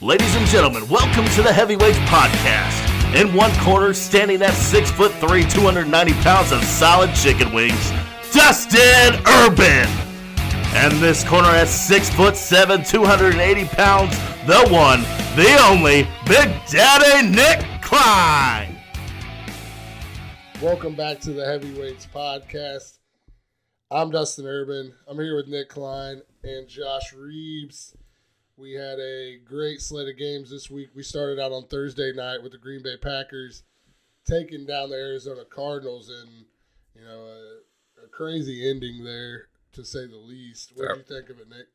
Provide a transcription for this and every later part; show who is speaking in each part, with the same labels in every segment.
Speaker 1: Ladies and gentlemen, welcome to the Heavyweights Podcast. In one corner, standing at six foot three, 290 pounds of solid chicken wings, Dustin Urban. And this corner at six foot seven, 280 pounds, the one, the only, Big Daddy Nick Klein.
Speaker 2: Welcome back to the Heavyweights Podcast. I'm Dustin Urban. I'm here with Nick Klein and Josh Reeves. We had a great slate of games this week. We started out on Thursday night with the Green Bay Packers taking down the Arizona Cardinals, and you know a, a crazy ending there to say the least. What do you think of it, Nick?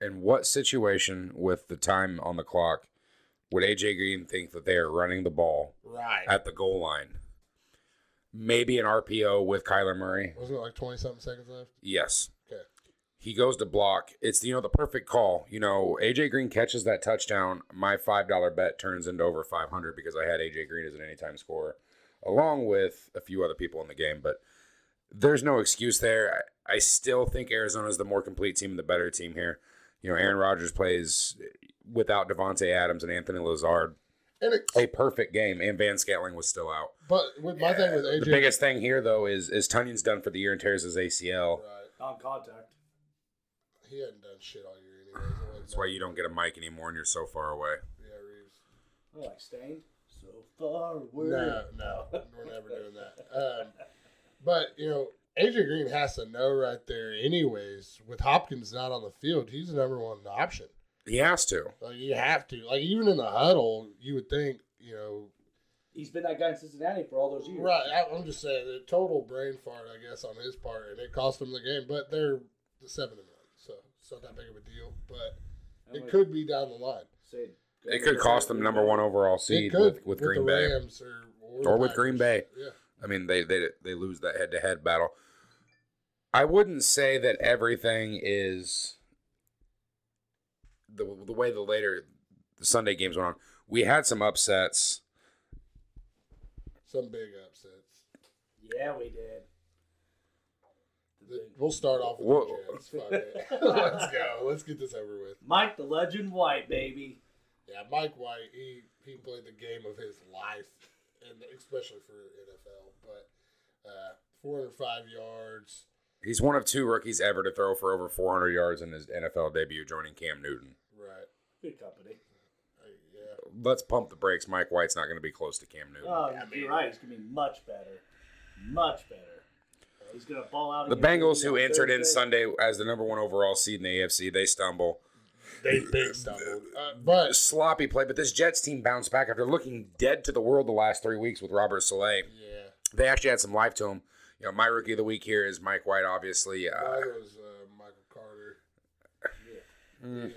Speaker 3: In what situation with the time on the clock would AJ Green think that they are running the ball
Speaker 2: Right.
Speaker 3: at the goal line? Maybe an RPO with Kyler Murray.
Speaker 2: Wasn't it like twenty something seconds left?
Speaker 3: Yes.
Speaker 2: Okay.
Speaker 3: He goes to block. It's you know the perfect call. You know, AJ Green catches that touchdown. My five dollar bet turns into over five hundred because I had AJ Green as an anytime scorer, along with a few other people in the game. But there's no excuse there. I, I still think Arizona's the more complete team and the better team here. You know, Aaron Rodgers plays without Devonte Adams and Anthony Lazard
Speaker 2: And it,
Speaker 3: a perfect game, and Van Scantling was still out.
Speaker 2: but with my thing with
Speaker 3: the
Speaker 2: AJ,
Speaker 3: biggest thing here though is is Tunyon's done for the year and tears his ACL.
Speaker 2: right?
Speaker 4: Non-contact.
Speaker 2: He hadn't done shit all year anyways. It
Speaker 3: That's
Speaker 2: wasn't-
Speaker 3: why you don't get a mic anymore and you're so far away.
Speaker 2: Yeah, Reeves.
Speaker 4: I like stained. So far away.
Speaker 2: No, no, we're never doing that. Um, but you know, AJ Green has to know right there, anyways. With Hopkins not on the field, he's the number one option.
Speaker 3: He has to.
Speaker 2: Like you have to, like even in the huddle, you would think, you know,
Speaker 4: He's been that guy in Cincinnati for all those years.
Speaker 2: right? I, I'm just saying, the total brain fart, I guess, on his part, and it cost him the game. But they're the seven and one, so it's not that big of a deal. But
Speaker 4: I'm
Speaker 2: it
Speaker 4: like,
Speaker 2: could be down the line.
Speaker 4: say-
Speaker 3: It could cost them number one overall
Speaker 2: It
Speaker 3: seed
Speaker 2: could
Speaker 3: with, with Green Bay.
Speaker 2: Rams or,
Speaker 3: Or
Speaker 2: the
Speaker 3: with Green
Speaker 2: Packers.
Speaker 3: Bay.
Speaker 2: Yeah.
Speaker 3: I mean, they they they lose that head to head battle. I wouldn't say that everything is the the way the later the Sunday games went on. We had some upsets.
Speaker 2: Some big upsets.
Speaker 4: Yeah, we did.
Speaker 2: The- We'll start off with
Speaker 3: Whoa.
Speaker 2: the Jets. Fuck it. Let's go. Let's get this over with.
Speaker 4: Mike the Legend White, baby.
Speaker 2: Yeah, Mike White, he, he played the game of his life, and especially for NFL. But uh, 405 yards.
Speaker 3: He's one of two rookies ever to throw for over 400 yards in his NFL debut, joining Cam Newton.
Speaker 2: Right.
Speaker 4: Good company.
Speaker 2: Uh, yeah.
Speaker 3: Let's pump the brakes. Mike White's not going to be close to Cam Newton.
Speaker 4: Oh, you're right. He's going to be much better. Much better. He's going to fall out.
Speaker 3: The
Speaker 4: against
Speaker 3: Bengals,
Speaker 4: Houston
Speaker 3: who
Speaker 4: on
Speaker 3: entered in
Speaker 4: Thursday.
Speaker 3: Sunday as the number one overall seed in the AFC, they stumble.
Speaker 2: They big stumbled. Uh, but,
Speaker 3: Sloppy play, but this Jets team bounced back after looking dead to the world the last three weeks with Robert Saleh.
Speaker 2: yeah.
Speaker 3: They actually had some life to him. You know, my rookie of the week here is Mike White, obviously. Uh,
Speaker 2: Mine was uh, Michael Carter. He had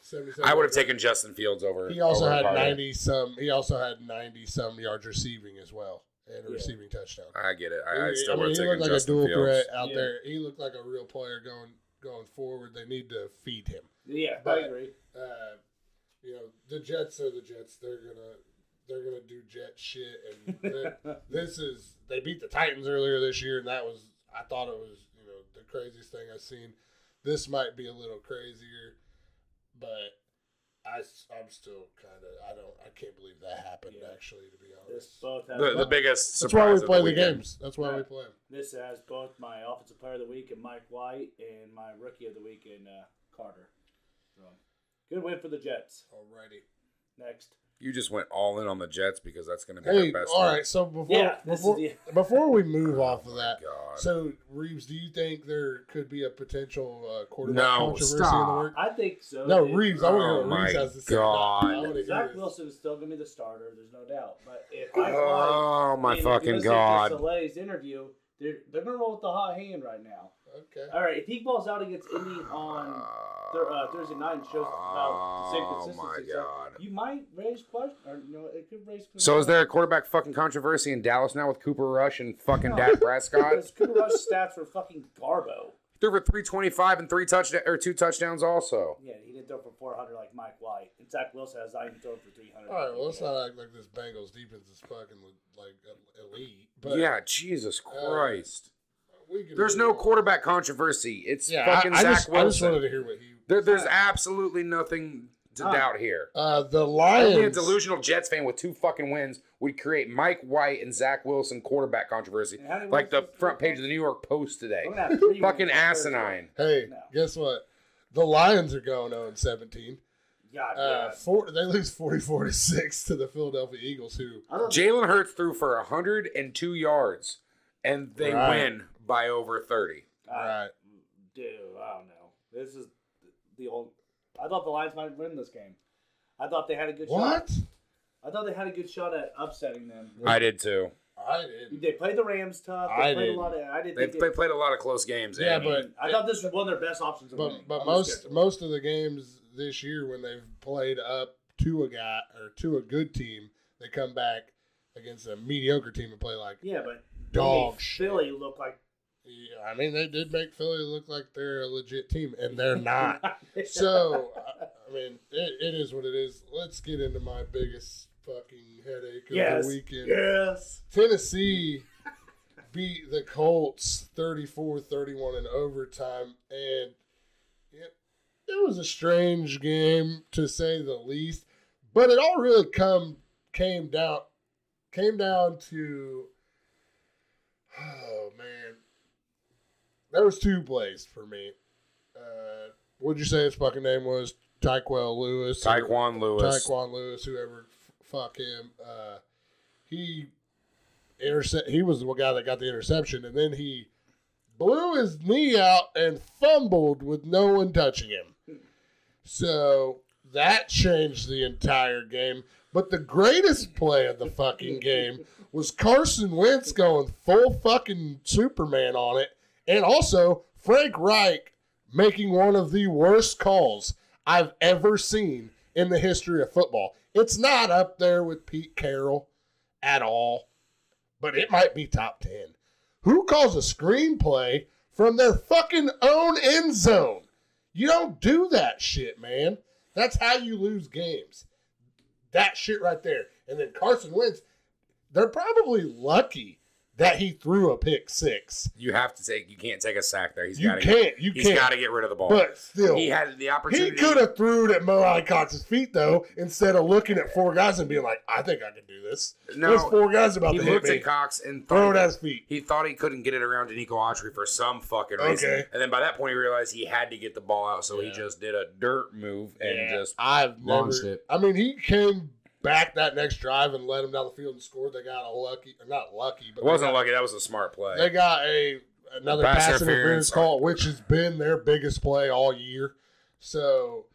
Speaker 2: 77
Speaker 3: Hmm. I would have
Speaker 2: yards.
Speaker 3: taken Justin Fields over.
Speaker 2: He also
Speaker 3: over
Speaker 2: had
Speaker 3: Carter.
Speaker 2: 90 some. He also had 90 some yards receiving as well, and a
Speaker 4: Yeah.
Speaker 2: receiving touchdown.
Speaker 3: I get it. I, I
Speaker 2: He-
Speaker 3: still
Speaker 2: mean,
Speaker 3: would have
Speaker 2: he
Speaker 3: taken
Speaker 2: looked like a
Speaker 3: Justin
Speaker 2: dual
Speaker 3: Fields.
Speaker 2: threat out
Speaker 4: Yeah.
Speaker 2: there. He looked like a real player going going forward. They need to feed him.
Speaker 4: Yeah, I
Speaker 2: But-
Speaker 4: agree.
Speaker 2: Uh, you know, the Jets are the Jets. They're gonna they're gonna do Jet shit. And th- this is they beat the Titans earlier this year, and that was I thought it was you know the craziest thing I've seen. This might be a little crazier, but. I, am still kind of I don't I can't believe that happened
Speaker 4: Yeah.
Speaker 2: actually to be
Speaker 4: This
Speaker 2: honest.
Speaker 4: both has
Speaker 3: The, the biggest
Speaker 2: That's why
Speaker 3: surprise
Speaker 2: we play
Speaker 3: of the,
Speaker 2: the,
Speaker 3: weekend.
Speaker 2: games. That's why we
Speaker 4: Right.
Speaker 2: play 'em.
Speaker 4: This has both my offensive player of the week and Mike White, and my rookie of the week and uh, Carter. So, good win for the Jets.
Speaker 2: Alrighty.
Speaker 4: Next,
Speaker 3: You just went all in on the Jets because that's going to be
Speaker 2: Hey,
Speaker 3: their best.
Speaker 2: all
Speaker 3: one.
Speaker 2: right. So before
Speaker 4: Yeah, this
Speaker 2: before,
Speaker 4: is
Speaker 2: before we move off of that,
Speaker 3: God.
Speaker 2: so Reeves, do you think there could be a potential uh, quarterback
Speaker 3: No,
Speaker 2: controversy in the
Speaker 3: stop.
Speaker 2: work?
Speaker 4: I think so.
Speaker 2: No,
Speaker 4: dude.
Speaker 2: Reeves. I want to
Speaker 3: Oh
Speaker 2: hear what
Speaker 3: my
Speaker 2: Reeves has to say.
Speaker 3: God.
Speaker 2: I wanna hear
Speaker 4: Zach
Speaker 2: this.
Speaker 4: Wilson is still going to be the starter. There's no doubt. But if Mike White,
Speaker 3: Oh my
Speaker 4: and if you
Speaker 3: fucking
Speaker 4: listen to
Speaker 3: god!
Speaker 4: Soleil's interview, they're they're going to roll with the hot hand right now.
Speaker 2: Okay.
Speaker 4: All right, if he falls out against Indy on thir- uh, Thursday night and shows about the same
Speaker 3: Oh,
Speaker 4: consistency,
Speaker 3: my
Speaker 4: so
Speaker 3: God.
Speaker 4: you might raise question, or you know, it could raise.
Speaker 3: So is there a quarterback fucking controversy in Dallas now with Cooper Rush and fucking
Speaker 4: No.
Speaker 3: Dak Prescott?
Speaker 4: Because Cooper Rush's stats were fucking garbo.
Speaker 3: Threw for three twenty five and three touchdown or two touchdowns also.
Speaker 4: Yeah, he didn't throw for 400 like Mike White. And Zach Wilson has not even thrown for 300.
Speaker 2: All right. Well, let's uh, not act like this Bengals defense is fucking like elite. But uh,
Speaker 3: yeah, Jesus Christ.
Speaker 2: we can
Speaker 3: There's
Speaker 2: move
Speaker 3: no
Speaker 2: on.
Speaker 3: quarterback controversy. It's
Speaker 2: Yeah,
Speaker 3: fucking
Speaker 2: I, I
Speaker 3: Zach
Speaker 2: just, I just
Speaker 3: Wilson.
Speaker 2: wanted to hear what he.
Speaker 3: There, there's absolutely nothing to
Speaker 4: Ah.
Speaker 3: doubt here.
Speaker 2: Uh, the
Speaker 3: Only a
Speaker 2: Lions.
Speaker 3: delusional Jets fan with two fucking wins would create Mike White and Zach Wilson quarterback controversy,
Speaker 4: And how many
Speaker 3: like the
Speaker 4: wins-
Speaker 3: front page of the New York Post today.
Speaker 4: I'm gonna have three
Speaker 3: Fucking
Speaker 4: wins first.
Speaker 3: asinine.
Speaker 2: Hey,
Speaker 4: No.
Speaker 2: guess what? The Lions are going 0 17.
Speaker 4: God,
Speaker 2: Uh,
Speaker 4: yeah.
Speaker 2: four, they lose 44 to 6 to the Philadelphia Eagles, who
Speaker 4: I don't-
Speaker 3: Jalen Hurts threw for 102 yards, and they
Speaker 2: Right.
Speaker 3: win by over 30.
Speaker 4: I-
Speaker 2: Right.
Speaker 4: Dude, I don't know. This is the old. I thought the Lions might win this game. I thought they had a good shot.
Speaker 2: What?
Speaker 4: I thought they had a good shot at upsetting them.
Speaker 3: I did too.
Speaker 2: I didn't.
Speaker 4: They played the Rams tough. They
Speaker 2: I
Speaker 4: played
Speaker 2: didn't.
Speaker 4: a lot of. I didn't
Speaker 3: They,
Speaker 4: think
Speaker 3: they played a lot of close games.
Speaker 2: Yeah,
Speaker 3: and-
Speaker 2: but
Speaker 4: I thought this was one of their best options. Of winning
Speaker 2: but but
Speaker 4: on the
Speaker 2: most
Speaker 4: schedule.
Speaker 2: most of the games this year when they've played up to a guy or to a good team, they come back against a mediocre team and play like.
Speaker 4: yeah, but
Speaker 2: Dog
Speaker 4: they made Philly look like
Speaker 2: Yeah, I mean, they did make Philly look like they're a legit team, and they're not. Ah. so I, I mean, it, it is what it is. Let's get into my biggest fucking headache of
Speaker 4: yes,
Speaker 2: the weekend.
Speaker 4: yes.
Speaker 2: Tennessee beat the Colts 34-31 in overtime and it, it was a strange game to say the least but it all really come came down came down to oh man there was two plays for me uh what'd you say his fucking name was Tyquel Lewis or-
Speaker 3: Tyquan Lewis.
Speaker 2: Tyquan Lewis, whoever, f- fuck him. Uh, he intercept. He was the guy that got the interception, and then he blew his knee out and fumbled with no one touching him. So that changed the entire game. But the greatest play of the fucking game was Carson Wentz going full fucking Superman on it, and also Frank Reich making one of the worst calls I've ever seen in the history of football. It's not up there with Pete Carroll at all, but it might be top 10. Who calls a screenplay from their fucking own end zone? You don't do that shit, man. That's how you lose games. That shit right there. And then Carson Wentz, they're probably lucky that he threw a pick six.
Speaker 3: You have to take. You can't take a sack there. He's
Speaker 2: you
Speaker 3: got to.
Speaker 2: can't. You
Speaker 3: He's
Speaker 2: can't.
Speaker 3: got to get rid of the ball.
Speaker 2: but still,
Speaker 3: he had the
Speaker 2: he
Speaker 3: opportunity.
Speaker 2: could have threw it at Mo Alcott's feet though, instead of looking at four guys and being like, "I think I can do this."
Speaker 3: No,
Speaker 2: There's four guys about
Speaker 3: He
Speaker 2: to hit
Speaker 3: looked
Speaker 2: me.
Speaker 3: at Cox and
Speaker 2: Throw
Speaker 3: thought
Speaker 2: it at his feet.
Speaker 3: he thought he couldn't get it around to Nico Autry for some fucking reason.
Speaker 2: Okay.
Speaker 3: And then by that point, he realized he had to get the ball out, so
Speaker 2: Yeah.
Speaker 3: he just did a dirt move and
Speaker 2: Yeah,
Speaker 3: just
Speaker 2: I've
Speaker 3: launched
Speaker 2: never.
Speaker 3: it.
Speaker 2: I mean, he came back that next drive and led him down the field and scored. They got a lucky, or not lucky, but
Speaker 3: It wasn't
Speaker 2: they got,
Speaker 3: lucky. That was a smart play.
Speaker 2: They got a another
Speaker 3: Pass
Speaker 2: pass, interference
Speaker 3: interference.
Speaker 2: call, which has been their biggest play all year. So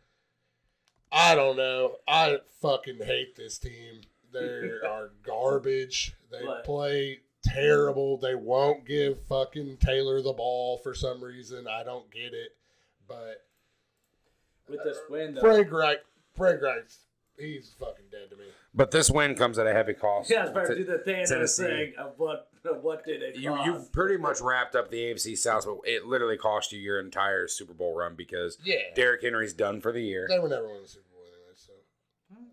Speaker 2: I don't know. I fucking hate this team. They are garbage. They
Speaker 4: But-
Speaker 2: play terrible. They won't give fucking Taylor the ball for some reason. I don't get it. But
Speaker 4: With this win, though,
Speaker 2: Frank Reich, Frank Reich, he's fucking dead to me.
Speaker 3: but this win comes at a heavy cost.
Speaker 4: yeah, it's better
Speaker 3: To-
Speaker 4: do the Thanos
Speaker 3: Tennessee.
Speaker 4: thing of what of what did it
Speaker 3: you
Speaker 4: cost.
Speaker 3: you pretty much wrapped up the AFC South, but it literally cost you your entire Super Bowl run because
Speaker 2: Yeah.
Speaker 3: Derrick Henry's done for the year.
Speaker 2: They were never winning the Super Bowl anyway,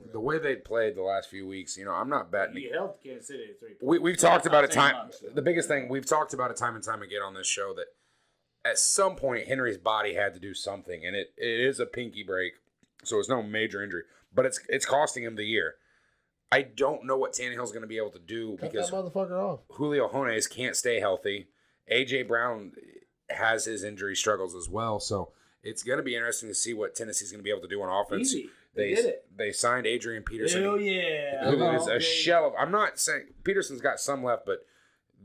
Speaker 2: so.
Speaker 3: The way they played the last few weeks, you know, I'm not betting
Speaker 4: you held Kansas City to three.
Speaker 3: we, we've talked about it
Speaker 4: Not saying
Speaker 3: time
Speaker 4: much.
Speaker 3: the biggest thing we've talked about it time and time again on this show that at some point henry's body had to do something and it, it is a pinky break so it's no major injury but it's it's costing him the year i don't know what Tannehill's going to be able to do
Speaker 2: Cut
Speaker 3: because
Speaker 2: that motherfucker off.
Speaker 3: julio jones can't stay healthy aj brown has his injury struggles as well so it's going to be interesting to see what tennessee's going to be able to do on offense
Speaker 4: Easy. They did it.
Speaker 3: they signed adrian peterson
Speaker 4: Hell yeah!
Speaker 3: who
Speaker 4: All
Speaker 3: is a
Speaker 4: day.
Speaker 3: shell of. I'm not saying Peterson's got some left, but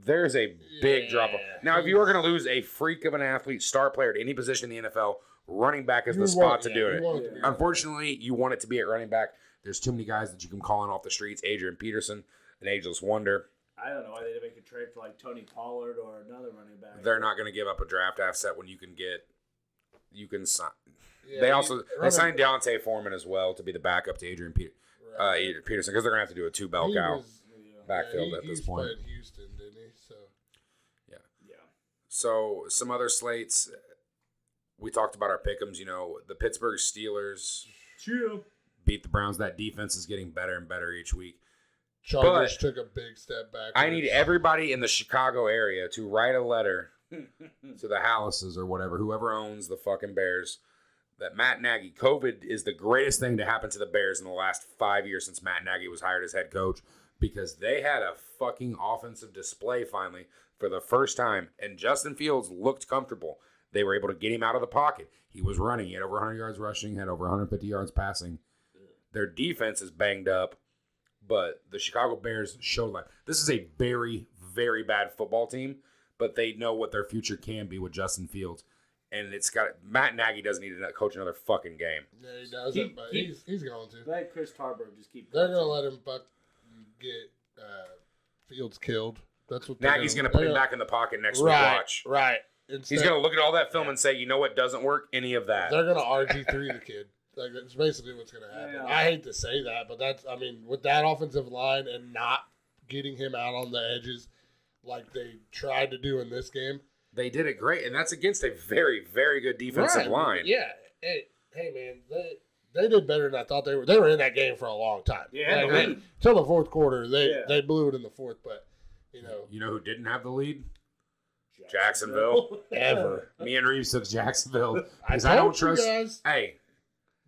Speaker 3: there's a big drop off.
Speaker 2: Yeah.
Speaker 3: Now, if you are going to lose a freak of an athlete, star player at any position in the NFL, running back is
Speaker 2: You
Speaker 3: the spot
Speaker 2: want-
Speaker 3: to
Speaker 2: yeah,
Speaker 3: do
Speaker 2: you
Speaker 3: it.
Speaker 2: want to be-
Speaker 3: Unfortunately, you want it to be at running back. There's too many guys that you can call in off the streets. Adrian Peterson, an ageless wonder.
Speaker 4: I don't know why they didn't make a trade for like Tony Pollard or another running back.
Speaker 3: They're not going to give up a draft asset when you can get. You can sign.
Speaker 2: Yeah,
Speaker 3: they
Speaker 2: he-
Speaker 3: also they
Speaker 2: running-
Speaker 3: signed Deontay Foreman as well to be the backup to Adrian Peter, uh,
Speaker 2: Right.
Speaker 3: Adrian Peterson because they're going to have to do a two bell
Speaker 2: He
Speaker 3: cow
Speaker 2: was- yeah,
Speaker 3: backfield
Speaker 2: he-
Speaker 3: at this
Speaker 2: he's
Speaker 3: point.
Speaker 2: played Houston, didn't he? So
Speaker 4: Yeah.
Speaker 3: So some other slates. We talked about our pickums. You know, the Pittsburgh Steelers
Speaker 4: True.
Speaker 3: beat the Browns. That defense is getting better and better each week.
Speaker 2: Chargers
Speaker 3: But-
Speaker 2: took a big step back.
Speaker 3: I need everybody in the Chicago area to write a letter to the Hallises or whatever, whoever owns the fucking Bears, that Matt Nagy, COVID is the greatest thing to happen to the Bears in the last five years since Matt Nagy was hired as head coach because they had a fucking offensive display finally for the first time, and Justin Fields looked comfortable. They were able to get him out of the pocket. He was running. He had over 100 yards rushing, had over 150 yards passing. Their defense is banged up, but the Chicago Bears showed life. This is a very, very bad football team, but they know what their future can be with Justin Fields. And it's got Matt Nagy doesn't need to coach another fucking game.
Speaker 2: Yeah, he doesn't,
Speaker 4: He-
Speaker 2: but
Speaker 4: he-
Speaker 2: he's he's going to.
Speaker 4: Let Chris Tarberg just keep.
Speaker 2: They're gonna let him buck get uh, Fields killed. That's what they're
Speaker 3: Nagy's going to put
Speaker 2: they're
Speaker 3: him back in the pocket next
Speaker 2: Right,
Speaker 3: week. Watch.
Speaker 2: right. Instead,
Speaker 3: He's going to look at all that film and say, you know what doesn't work? Any of that.
Speaker 2: They're gonna RG three the kid. Like that's basically what's gonna happen.
Speaker 4: Yeah.
Speaker 2: I hate to say that, but that's I mean with that offensive line and not getting him out on the edges like they tried to do in this game.
Speaker 3: They did it great, and that's against a very, very good defensive
Speaker 2: Right.
Speaker 3: line.
Speaker 2: Yeah. Hey, hey man, they they did better than I thought they were. They were in that game for a long time.
Speaker 4: Yeah,
Speaker 2: Like,
Speaker 4: they-
Speaker 2: they- till the fourth quarter, they
Speaker 4: Yeah.
Speaker 2: they blew it in the fourth, but you know
Speaker 3: You know who didn't have the lead? Jacksonville.
Speaker 2: ever.
Speaker 3: Me and Reeves took Jacksonville because I,
Speaker 2: told
Speaker 3: don't
Speaker 2: you
Speaker 3: trust.
Speaker 2: guys.
Speaker 3: Hey,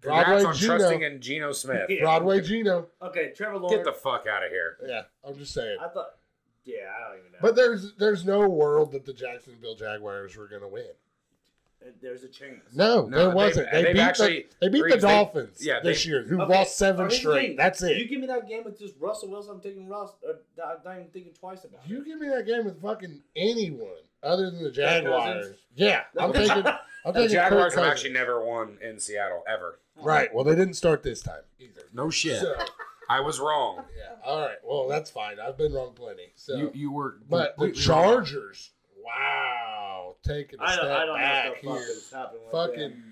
Speaker 3: congrats
Speaker 2: Broadway
Speaker 3: on
Speaker 2: Geno.
Speaker 3: trusting in Geno Smith.
Speaker 4: Yeah.
Speaker 2: Broadway Gino.
Speaker 4: Okay, Trevor
Speaker 3: Get
Speaker 4: Lawrence.
Speaker 3: the fuck out of here.
Speaker 2: Yeah, I'm just saying.
Speaker 4: I thought. Yeah, I don't even know.
Speaker 2: But there's there's no world that the Jacksonville Jaguars were gonna win.
Speaker 4: Uh, there's a chance.
Speaker 2: No,
Speaker 3: No,
Speaker 2: there
Speaker 3: they've-
Speaker 2: wasn't. They,
Speaker 3: they've
Speaker 2: beat
Speaker 3: actually-
Speaker 2: the, they beat the
Speaker 3: Reeves, they-
Speaker 2: Dolphins
Speaker 3: yeah,
Speaker 2: this
Speaker 3: they-
Speaker 2: year, who
Speaker 4: Okay,
Speaker 2: lost seven
Speaker 4: here's the
Speaker 2: straight.
Speaker 4: thing.
Speaker 2: That's
Speaker 4: You
Speaker 2: it.
Speaker 4: give me that game with just Russell Wilson. I'm taking Russ. Uh, I'm not even thinking twice about
Speaker 2: You
Speaker 4: it.
Speaker 2: give me that game with fucking anyone other than the
Speaker 4: Kirk
Speaker 2: Jaguars.
Speaker 4: Cousins?
Speaker 2: Yeah, I'm
Speaker 4: That's-
Speaker 2: taking. I'm
Speaker 3: The
Speaker 2: taking
Speaker 3: Jaguars
Speaker 2: Kirk Cousins.
Speaker 3: have actually never won in Seattle ever.
Speaker 2: right. Well, they didn't start this time either.
Speaker 3: No shit.
Speaker 2: So
Speaker 3: I was wrong.
Speaker 2: yeah, all right. Well, that's fine. I've been wrong plenty. So,
Speaker 3: you you were
Speaker 2: but the
Speaker 3: completely wrong.
Speaker 2: Chargers, wow, taking a
Speaker 4: I don't,
Speaker 2: step
Speaker 4: I don't know
Speaker 2: back
Speaker 4: what the fuck
Speaker 2: here.
Speaker 4: is happening. with
Speaker 2: Fucking
Speaker 4: them.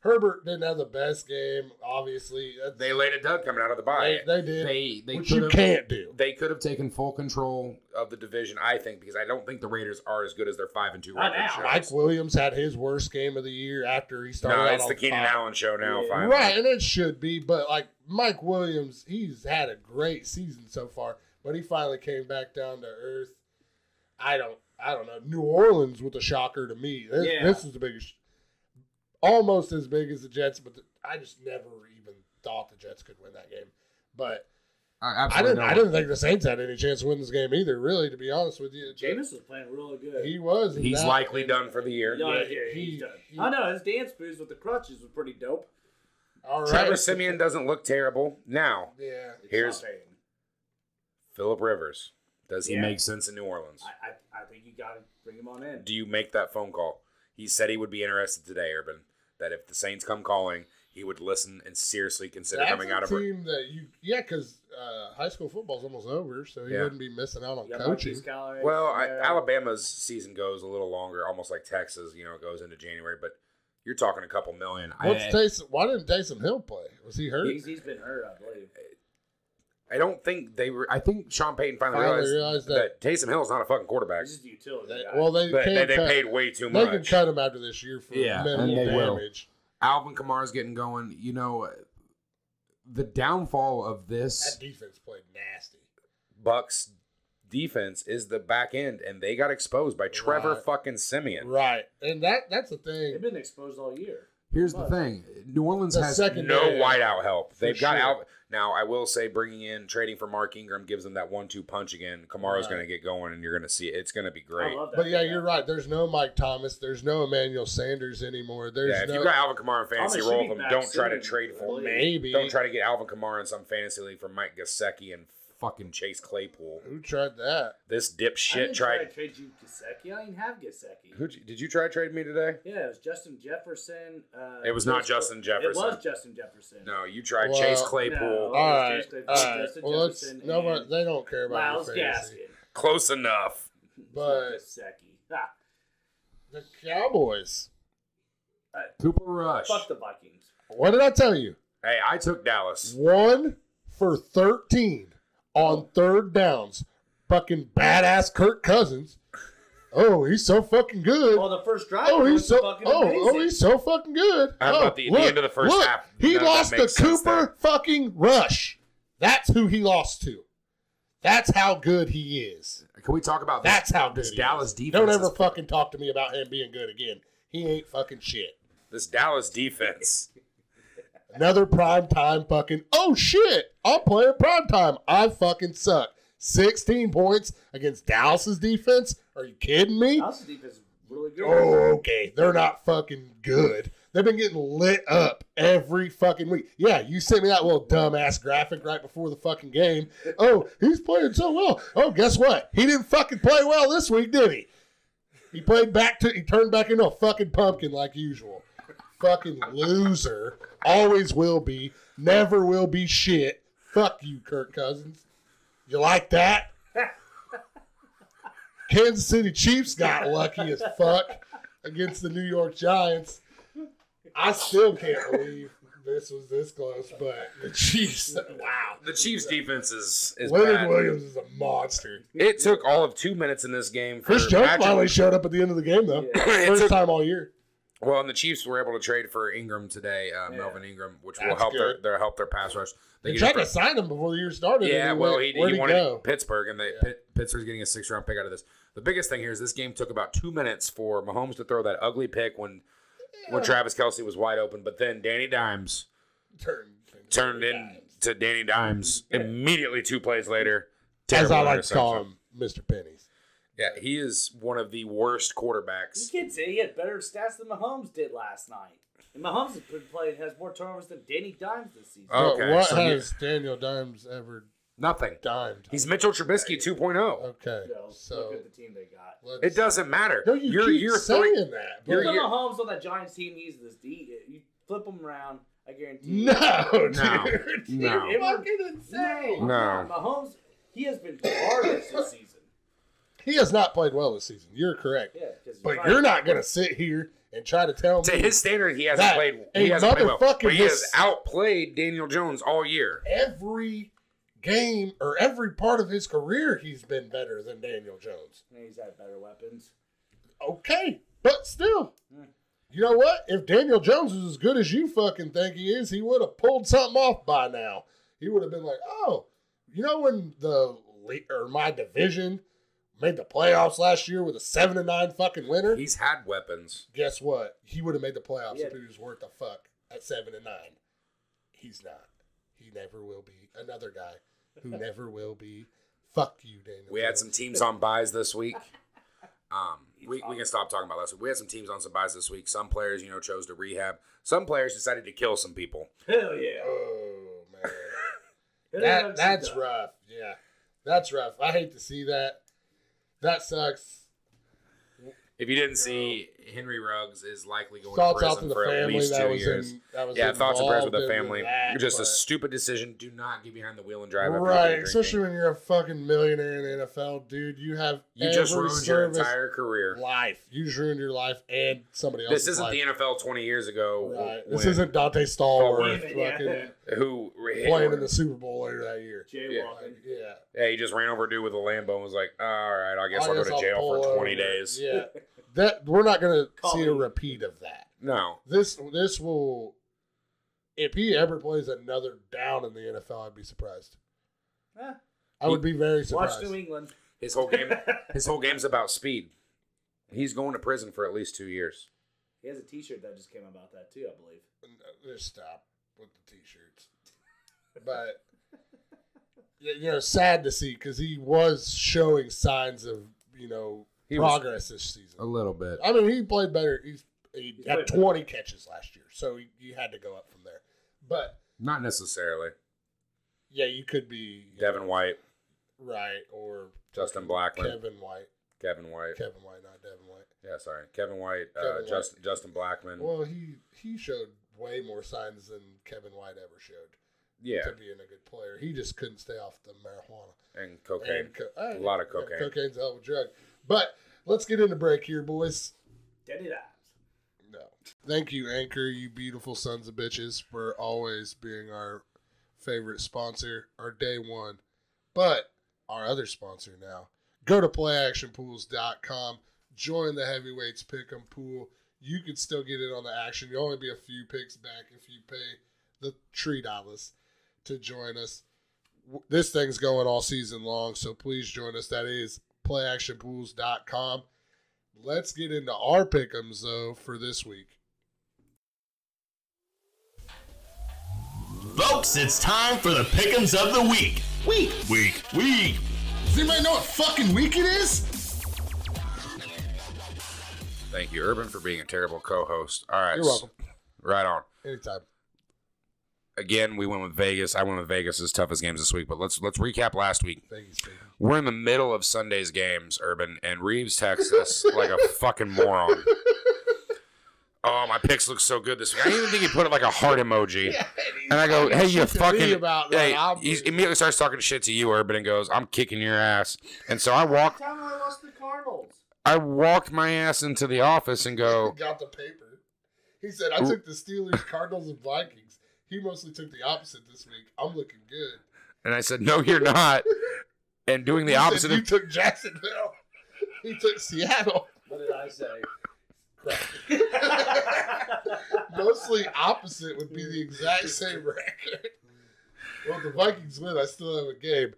Speaker 2: Herbert didn't have the best game, obviously. That's,
Speaker 3: They laid a dud coming out of the bye.
Speaker 2: they, they did,
Speaker 3: They they
Speaker 2: which
Speaker 3: could
Speaker 2: you
Speaker 3: have-
Speaker 2: can't do.
Speaker 3: They could have taken full control of the division, I think, because I don't think the Raiders are as good as their five and two
Speaker 4: Not
Speaker 3: record.
Speaker 4: now.
Speaker 3: shows.
Speaker 2: Mike Williams had his worst game of the year after he started.
Speaker 3: No,
Speaker 2: out
Speaker 3: it's
Speaker 2: on
Speaker 3: the Keenan
Speaker 2: fire.
Speaker 3: Allen show now.
Speaker 4: Yeah.
Speaker 3: Finally.
Speaker 2: right? And it should be, but like Mike Williams, he's had a great season so far, but he finally came back down to earth. I don't, I don't know. New Orleans with a shocker to me. This,
Speaker 4: Yeah.
Speaker 2: this is the biggest, almost as big as the Jets, but the- I just never even thought the Jets could win that game. But
Speaker 3: I,
Speaker 2: I didn't, I didn't think the Saints had any chance to win this game either. Really, to be honest with you,
Speaker 4: Jameis was playing really good.
Speaker 2: he was. in
Speaker 3: He's
Speaker 2: that-
Speaker 3: likely done for the year.
Speaker 4: yeah,
Speaker 2: yeah,
Speaker 4: yeah,
Speaker 2: he-
Speaker 4: he's done.
Speaker 2: he-
Speaker 4: I know his dance moves with the crutches was pretty dope.
Speaker 2: All right.
Speaker 3: Trevor Simeon doesn't look terrible now.
Speaker 2: Yeah.
Speaker 4: It's
Speaker 3: Here's-
Speaker 4: not bad.
Speaker 3: Philip Rivers, does he
Speaker 4: Yeah.
Speaker 3: make sense in New Orleans?
Speaker 4: I, I, I think you got to bring him on in.
Speaker 3: Do you make that phone call? He said he would be interested today, Urban. That if the Saints come calling, he would listen and seriously consider
Speaker 2: That's
Speaker 3: coming
Speaker 2: a
Speaker 3: out of.
Speaker 2: team that you, yeah, because uh, high school football's almost over, so he
Speaker 3: Yeah.
Speaker 2: wouldn't be missing out on
Speaker 4: You got
Speaker 2: coaching.
Speaker 4: Marquise Callaway,
Speaker 3: Well, I,
Speaker 4: uh,
Speaker 3: Alabama's season goes a little longer, almost like Texas. You know, it goes into January, but you're talking a couple million.
Speaker 2: What's
Speaker 3: I,
Speaker 2: Taysom? Why didn't Taysom Hill play? Was he hurt?
Speaker 4: he's, he's been hurt, I believe.
Speaker 3: I don't think they were. I think Sean Payton finally,
Speaker 2: Finally realized
Speaker 3: realized, that, Taysom Hill is not a fucking quarterback.
Speaker 4: He's just a utility.
Speaker 2: They-
Speaker 4: guy.
Speaker 2: well, they
Speaker 3: But
Speaker 2: can
Speaker 3: they, they
Speaker 2: cut,
Speaker 3: paid way too
Speaker 2: they can
Speaker 3: much.
Speaker 2: cut him out of this year for
Speaker 3: Yeah,
Speaker 2: minimal
Speaker 3: and they will.
Speaker 2: damage.
Speaker 3: Alvin Kamara's getting going. You know, the downfall of this
Speaker 2: That defense played nasty.
Speaker 3: Bucks defense is the back end, and they got exposed by Trevor
Speaker 2: Right.
Speaker 3: fucking Simeon.
Speaker 2: Right, and that that's the thing.
Speaker 4: They've been exposed all year.
Speaker 5: Here's the
Speaker 4: But-
Speaker 5: thing: New Orleans
Speaker 2: The
Speaker 5: has
Speaker 2: second-
Speaker 3: No
Speaker 2: Yeah.
Speaker 3: wideout help. They've got
Speaker 2: sure.
Speaker 3: Alvin. Now, I will say, bringing in trading for Mark Ingram gives them that one-two punch again. Kamara's
Speaker 2: Right.
Speaker 3: going to get going, and you're going to see it. It's going to be
Speaker 4: I
Speaker 3: great.
Speaker 4: love that.
Speaker 2: But yeah,
Speaker 4: guy.
Speaker 2: you're right. There's no Mike Thomas. There's no Emmanuel Sanders anymore. There's
Speaker 3: Yeah, if
Speaker 2: no
Speaker 3: you got Alvin Kamara in fantasy,
Speaker 4: Thomas should
Speaker 3: roll
Speaker 4: be
Speaker 3: them.
Speaker 4: back
Speaker 3: Don't try to
Speaker 4: soon,
Speaker 3: trade for
Speaker 4: really.
Speaker 2: maybe.
Speaker 3: Don't try to get Alvin Kamara in some fantasy league for Mike Gasecki and fucking Chase Claypool.
Speaker 2: Who tried that?
Speaker 3: This
Speaker 4: I
Speaker 3: dipshit
Speaker 4: didn't try
Speaker 3: tried.
Speaker 4: to trade you Gasecki. I didn't have Gasecki.
Speaker 3: Who did you try to trade me today?
Speaker 4: Yeah, it was Justin Jefferson. Uh,
Speaker 3: It was not
Speaker 4: Chris-
Speaker 3: Justin Jefferson.
Speaker 4: It was Justin Jefferson.
Speaker 3: No, you tried
Speaker 2: Well,
Speaker 3: Chase
Speaker 2: no.
Speaker 3: Claypool.
Speaker 2: all
Speaker 4: Oh,
Speaker 2: right,
Speaker 4: it's Justin-
Speaker 2: all right.
Speaker 4: Justin
Speaker 2: Well, let's
Speaker 4: Jefferson
Speaker 2: no,
Speaker 4: and
Speaker 2: but they don't care about
Speaker 4: Miles
Speaker 2: your fantasy.
Speaker 4: Gaskin.
Speaker 3: Close enough.
Speaker 2: But-
Speaker 4: Gasecki. Ah,
Speaker 2: The Cowboys.
Speaker 5: Cooper Rush.
Speaker 4: fuck the Vikings.
Speaker 2: What did I tell you?
Speaker 3: Hey, I took Dallas.
Speaker 2: One for 13 on third downs. Fucking badass Kirk Cousins. Oh, he's so fucking
Speaker 4: Well,
Speaker 2: good.
Speaker 4: the first drive
Speaker 2: Oh, he's
Speaker 4: was
Speaker 2: so oh,
Speaker 4: fucking amazing.
Speaker 2: oh, he's so fucking good.
Speaker 3: How
Speaker 2: oh,
Speaker 3: about the- the end of the first half?
Speaker 2: He
Speaker 3: None of that
Speaker 2: lost to
Speaker 3: makes sense
Speaker 2: Cooper fucking Rush. That's who he lost to. That's how good he is.
Speaker 5: Can we talk about this-
Speaker 2: That's how good
Speaker 5: this
Speaker 2: he is.
Speaker 5: Dallas defense?
Speaker 2: Don't ever
Speaker 5: is-
Speaker 2: fucking talk to me about him being good again. He ain't fucking shit.
Speaker 3: This Dallas defense.
Speaker 2: Another prime time fucking. Oh shit! I'm playing prime time. I fucking suck. 16 points against Dallas's defense. Are you kidding me?
Speaker 4: Dallas' defense is really good.
Speaker 2: Oh, okay. They're not fucking good. They've been getting lit up every fucking week. Yeah, you sent me that little dumbass graphic right before the fucking game. Oh, he's playing so well. Oh, guess what? He didn't fucking play well this week, did he? He played back to he turned back into a fucking pumpkin like usual. Fucking loser. Always will be. Never will be shit. Fuck you, Kirk Cousins. You like that? Kansas City Chiefs got lucky as fuck against the New York Giants. I still can't believe this was this close, but the Chiefs, wow.
Speaker 3: The Chiefs defense is is
Speaker 2: Leonard
Speaker 3: bad.
Speaker 2: Williams is a monster.
Speaker 3: It took all of two minutes in this game for
Speaker 2: Chris Jones
Speaker 3: Patrick-
Speaker 2: finally showed up at the end of the game, though.
Speaker 3: It
Speaker 2: First
Speaker 3: took-
Speaker 2: time all year.
Speaker 3: Well, and the Chiefs were able to trade for Ingram today, uh,
Speaker 4: Yeah.
Speaker 3: Melvin Ingram, which will
Speaker 2: That's
Speaker 3: help their,
Speaker 2: good.
Speaker 3: their help their pass rush.
Speaker 2: They
Speaker 3: get
Speaker 2: tried
Speaker 3: a-
Speaker 2: to sign him before the year started.
Speaker 3: Yeah,
Speaker 2: and he
Speaker 3: well,
Speaker 2: went-
Speaker 3: he,
Speaker 2: where'd
Speaker 3: he
Speaker 2: he
Speaker 3: wanted
Speaker 2: go?
Speaker 3: Pittsburgh's, and they, Pitt, Pittsburgh's getting a six round pick out of this. The biggest thing here is this game took about two minutes for Mahomes to throw that ugly pick when when Travis Kelsey was wide open, but then Danny Dimes
Speaker 2: Turned-
Speaker 3: turned in to Danny Dimes immediately two plays later.
Speaker 2: As I
Speaker 3: Terrible
Speaker 2: like to call
Speaker 3: interception.
Speaker 2: him, Mr. Pennies.
Speaker 3: Yeah, he is one of the worst
Speaker 4: This
Speaker 3: quarterbacks.
Speaker 4: kid's he had better stats than Mahomes did last night. And Mahomes has been playing has more turnovers than Danny Dimes this season.
Speaker 3: Okay,
Speaker 2: what
Speaker 3: so you-
Speaker 2: has Daniel Dimes ever
Speaker 3: nothing.
Speaker 2: dimed?
Speaker 3: He's Mitchell Trubisky 2.0.
Speaker 2: okay.
Speaker 4: So,
Speaker 2: So
Speaker 4: look at the team they got.
Speaker 2: let's-
Speaker 3: It doesn't matter.
Speaker 2: No, you
Speaker 3: You're-
Speaker 2: keep
Speaker 3: you're
Speaker 2: saying
Speaker 3: three-
Speaker 2: that.
Speaker 3: you're-
Speaker 4: Look
Speaker 2: but-
Speaker 4: at Mahomes on that Giants team. He's this. He, you flip him around. I guarantee. you.
Speaker 2: No,
Speaker 3: No.
Speaker 2: dude.
Speaker 3: No.
Speaker 2: You're fucking insane.
Speaker 3: No.
Speaker 4: Mahomes. He has been garbage this season.
Speaker 2: He has not played well this season. You're correct.
Speaker 4: Yeah, 'cause
Speaker 2: But
Speaker 4: probably-
Speaker 2: you're not going to sit here and try to tell me
Speaker 3: To his standard, he hasn't
Speaker 2: That
Speaker 3: played.
Speaker 2: a
Speaker 3: He hasn't played well,
Speaker 2: motherfucking
Speaker 3: but he has
Speaker 2: miss-
Speaker 3: outplayed Daniel Jones all year.
Speaker 2: every game or every part of his career he's been better than Daniel Jones.
Speaker 4: He's had better weapons.
Speaker 2: Okay, but still. You know what? If Daniel Jones is as good as you fucking think he is, he would have pulled something off by now. He would have been like, "Oh, you know when the le- or my division made the playoffs last year with a seven to nine fucking winner?
Speaker 3: He's had weapons.
Speaker 2: guess what? He would have made the playoffs if
Speaker 4: Yeah.
Speaker 2: he was worth a fuck at seven and nine. He's not. He never will be. Another guy who never will be. Fuck you, Daniel.
Speaker 3: We had
Speaker 2: Jones.
Speaker 3: some teams on buys this week. Um, we, we can stop talking about last week. We had some teams on some buys this week. Some players, you know, chose to rehab. Some players decided to kill some people.
Speaker 4: Hell yeah.
Speaker 2: Oh man,
Speaker 4: Hell yeah,
Speaker 2: that that's
Speaker 4: done.
Speaker 2: rough. Yeah, that's rough. I hate to see that. That sucks.
Speaker 3: If you didn't see, Henry Ruggs is likely going
Speaker 2: Thoughts
Speaker 3: to
Speaker 2: out to
Speaker 3: prison
Speaker 2: the
Speaker 3: for at
Speaker 2: family
Speaker 3: least
Speaker 2: that
Speaker 3: two
Speaker 2: was
Speaker 3: years.
Speaker 2: in. That was
Speaker 3: yeah, thoughts and prayers with the
Speaker 2: involved in
Speaker 3: family.
Speaker 2: that,
Speaker 3: Just a
Speaker 2: but-
Speaker 3: stupid decision. Do not get behind the wheel and drive. after you've been
Speaker 2: Right,
Speaker 3: drinking.
Speaker 2: especially when you're a fucking millionaire in the NFL, dude. You have
Speaker 3: you just
Speaker 2: every
Speaker 3: ruined your
Speaker 2: service
Speaker 3: entire career.
Speaker 2: life. You just ruined your life and somebody else's
Speaker 3: This isn't
Speaker 2: life.
Speaker 3: the NFL 20 years ago.
Speaker 2: Right.
Speaker 3: when-
Speaker 2: This isn't Dante Stallworth
Speaker 4: Wait a
Speaker 2: fucking
Speaker 4: minute, yeah.
Speaker 3: who
Speaker 2: playing in the Super Bowl later that year.
Speaker 4: Jaywalking.
Speaker 2: Yeah.
Speaker 3: Yeah, he just ran over a dude with a Lambo and was like, "All right, I guess I'll, go to jail
Speaker 2: pull
Speaker 3: for 20
Speaker 2: over."
Speaker 3: days."
Speaker 2: Yeah. That we're not gonna
Speaker 4: Call
Speaker 2: see
Speaker 4: me.
Speaker 2: a repeat of that.
Speaker 3: No,
Speaker 2: This this will if he ever plays another down in the NFL, I'd be surprised.
Speaker 4: Huh?
Speaker 2: I would be very
Speaker 4: Watch
Speaker 2: surprised.
Speaker 4: New England.
Speaker 3: his whole game, his whole game's about speed. He's going to prison for at least two years.
Speaker 4: He has a T-shirt that just came about that too, I believe.
Speaker 2: uh, Just stop with the t-shirts. But y- you know, sad to see because he was showing signs of you know
Speaker 3: He was-
Speaker 2: progress this season.
Speaker 5: a little bit.
Speaker 2: I mean, he played better. He's he
Speaker 4: He's
Speaker 2: had
Speaker 4: played better.
Speaker 2: 20 catches last year, so he, you had to go up from there. But
Speaker 3: Not necessarily.
Speaker 2: yeah, you could be you
Speaker 3: Devin White,
Speaker 2: know, right or
Speaker 3: Justin Blackman, Kevin,
Speaker 2: Kevin White,
Speaker 3: White.
Speaker 2: Kevin White, not Devin White.
Speaker 3: yeah, sorry, Kevin White, uh,
Speaker 2: Kevin White.
Speaker 3: Justin Justin Blackman.
Speaker 2: Well, he he showed way more signs than Kevin White ever showed
Speaker 3: yeah,
Speaker 2: to being a good player. He just couldn't stay off the marijuana.
Speaker 3: and cocaine.
Speaker 2: And co- I-
Speaker 3: A lot of
Speaker 2: yeah,
Speaker 3: cocaine.
Speaker 2: cocaine's a hell of a drug. But let's get into break here, boys.
Speaker 4: Danny Dimes.
Speaker 2: No. Thank you, Anchor, you beautiful sons of bitches, for always being our favorite sponsor, our day one. But our other sponsor now. Go to playactionpools.com, join the heavyweights pick 'em pool. You can still get in on the action. You'll only be a few picks back if you pay the tree dollars to join us. W- This thing's going all season long, so please join us. That is playactionpools.com. Let's get into our pick'ems though for this week.
Speaker 1: Folks, it's time for the pick'ems of the week. Week, week, week.
Speaker 2: Does anybody know what fucking week it is?
Speaker 3: Thank you, Urban, for being a terrible co-host. All right,
Speaker 2: You're welcome.
Speaker 3: Right on.
Speaker 2: Anytime.
Speaker 3: Again, we went with Vegas. I went with Vegas' toughest games this week, but let's let's recap last week.
Speaker 2: Thank you, Steve.
Speaker 3: We're in the middle of Sunday's games, Urban, and Reeves texts us like a fucking moron. Oh, my picks look so good this week. I didn't even think he put up like a heart emoji. and I go, hey, you
Speaker 2: shit to me
Speaker 3: fucking.
Speaker 2: about that.
Speaker 3: hey,
Speaker 2: I'll-
Speaker 3: he immediately starts talking shit to you, Urban, and goes, I'm kicking your ass. And so I walk,
Speaker 4: Time I lost the Cardinals.
Speaker 3: I walked my ass into the office and go,
Speaker 2: got the paper. He said, I took the Steelers, Cardinals, and Vikings. He mostly took the opposite this week. I'm looking good.
Speaker 3: and I said, no, you're not. And doing the
Speaker 2: He said,
Speaker 3: opposite
Speaker 2: You
Speaker 3: of
Speaker 2: took Jacksonville. He took Seattle.
Speaker 4: What did I say? Crap.
Speaker 2: Mostly opposite would be the exact same record. Well, if the Vikings win, I still have a game.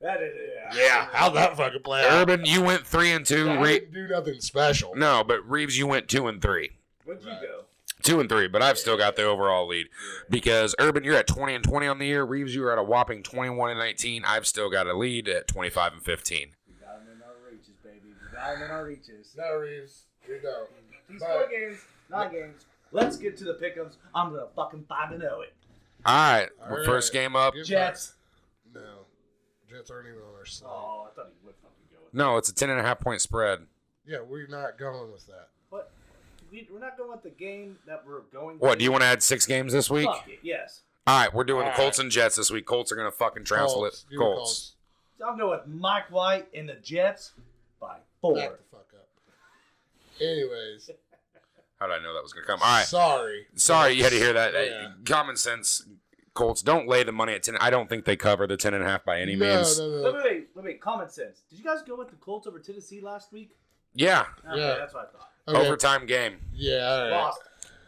Speaker 4: that is, yeah.
Speaker 2: how'd that fucking play
Speaker 3: Urban, you went three and two.
Speaker 2: I
Speaker 3: Re-
Speaker 2: didn't do nothing special.
Speaker 3: no, but Reeves, you went two and three.
Speaker 4: Where'd you go?
Speaker 3: Two and three, but I've still got the overall lead because Urban, you're at 20 and 20 on the year. Reeves, you are at a whopping 21 and 19. I've still got a lead at 25 and 15.
Speaker 4: We got him in our reaches, baby. We got him in our reaches.
Speaker 2: No, Reeves. You know.
Speaker 4: These
Speaker 2: But-
Speaker 4: four games, nine games. Let's get to the pickups. I'm gonna fucking find and know it.
Speaker 3: All right,
Speaker 2: All right.
Speaker 3: first game up.
Speaker 2: Get
Speaker 4: Jets.
Speaker 2: back. No. Jets aren't even on our slate.
Speaker 4: Oh, I thought he would fucking go with.
Speaker 3: No, it's a 10 and a half point spread.
Speaker 2: Yeah, we're not going with that.
Speaker 4: But we, we're not going with the game that we're going.
Speaker 3: What, do you want to add six games this week?
Speaker 4: Fuck it. Yes.
Speaker 3: All right, we're doing
Speaker 2: All
Speaker 3: Colts and Jets this week. Colts are going to fucking trounce
Speaker 2: Colts.
Speaker 3: it.
Speaker 2: Give me
Speaker 3: Colts.
Speaker 4: I'm going with Mike White and the Jets by four.
Speaker 2: Back the fuck up. Anyways,
Speaker 3: How did I know that was going to come? All right.
Speaker 2: sorry.
Speaker 3: Sorry you had to hear that. Uh,
Speaker 2: Yeah.
Speaker 3: Common sense, Colts, don't lay the money at 10. I don't think they cover the 10 and a half by any
Speaker 2: no,
Speaker 3: means.
Speaker 2: no, no,
Speaker 4: Wait, wait, wait, wait, wait. Common sense. Did you guys go with the Colts over Tennessee last week?
Speaker 3: Yeah,
Speaker 4: Okay,
Speaker 2: Yeah.
Speaker 4: That's what I thought.
Speaker 2: Okay.
Speaker 3: overtime game.
Speaker 2: Yeah, all right.
Speaker 4: Lost.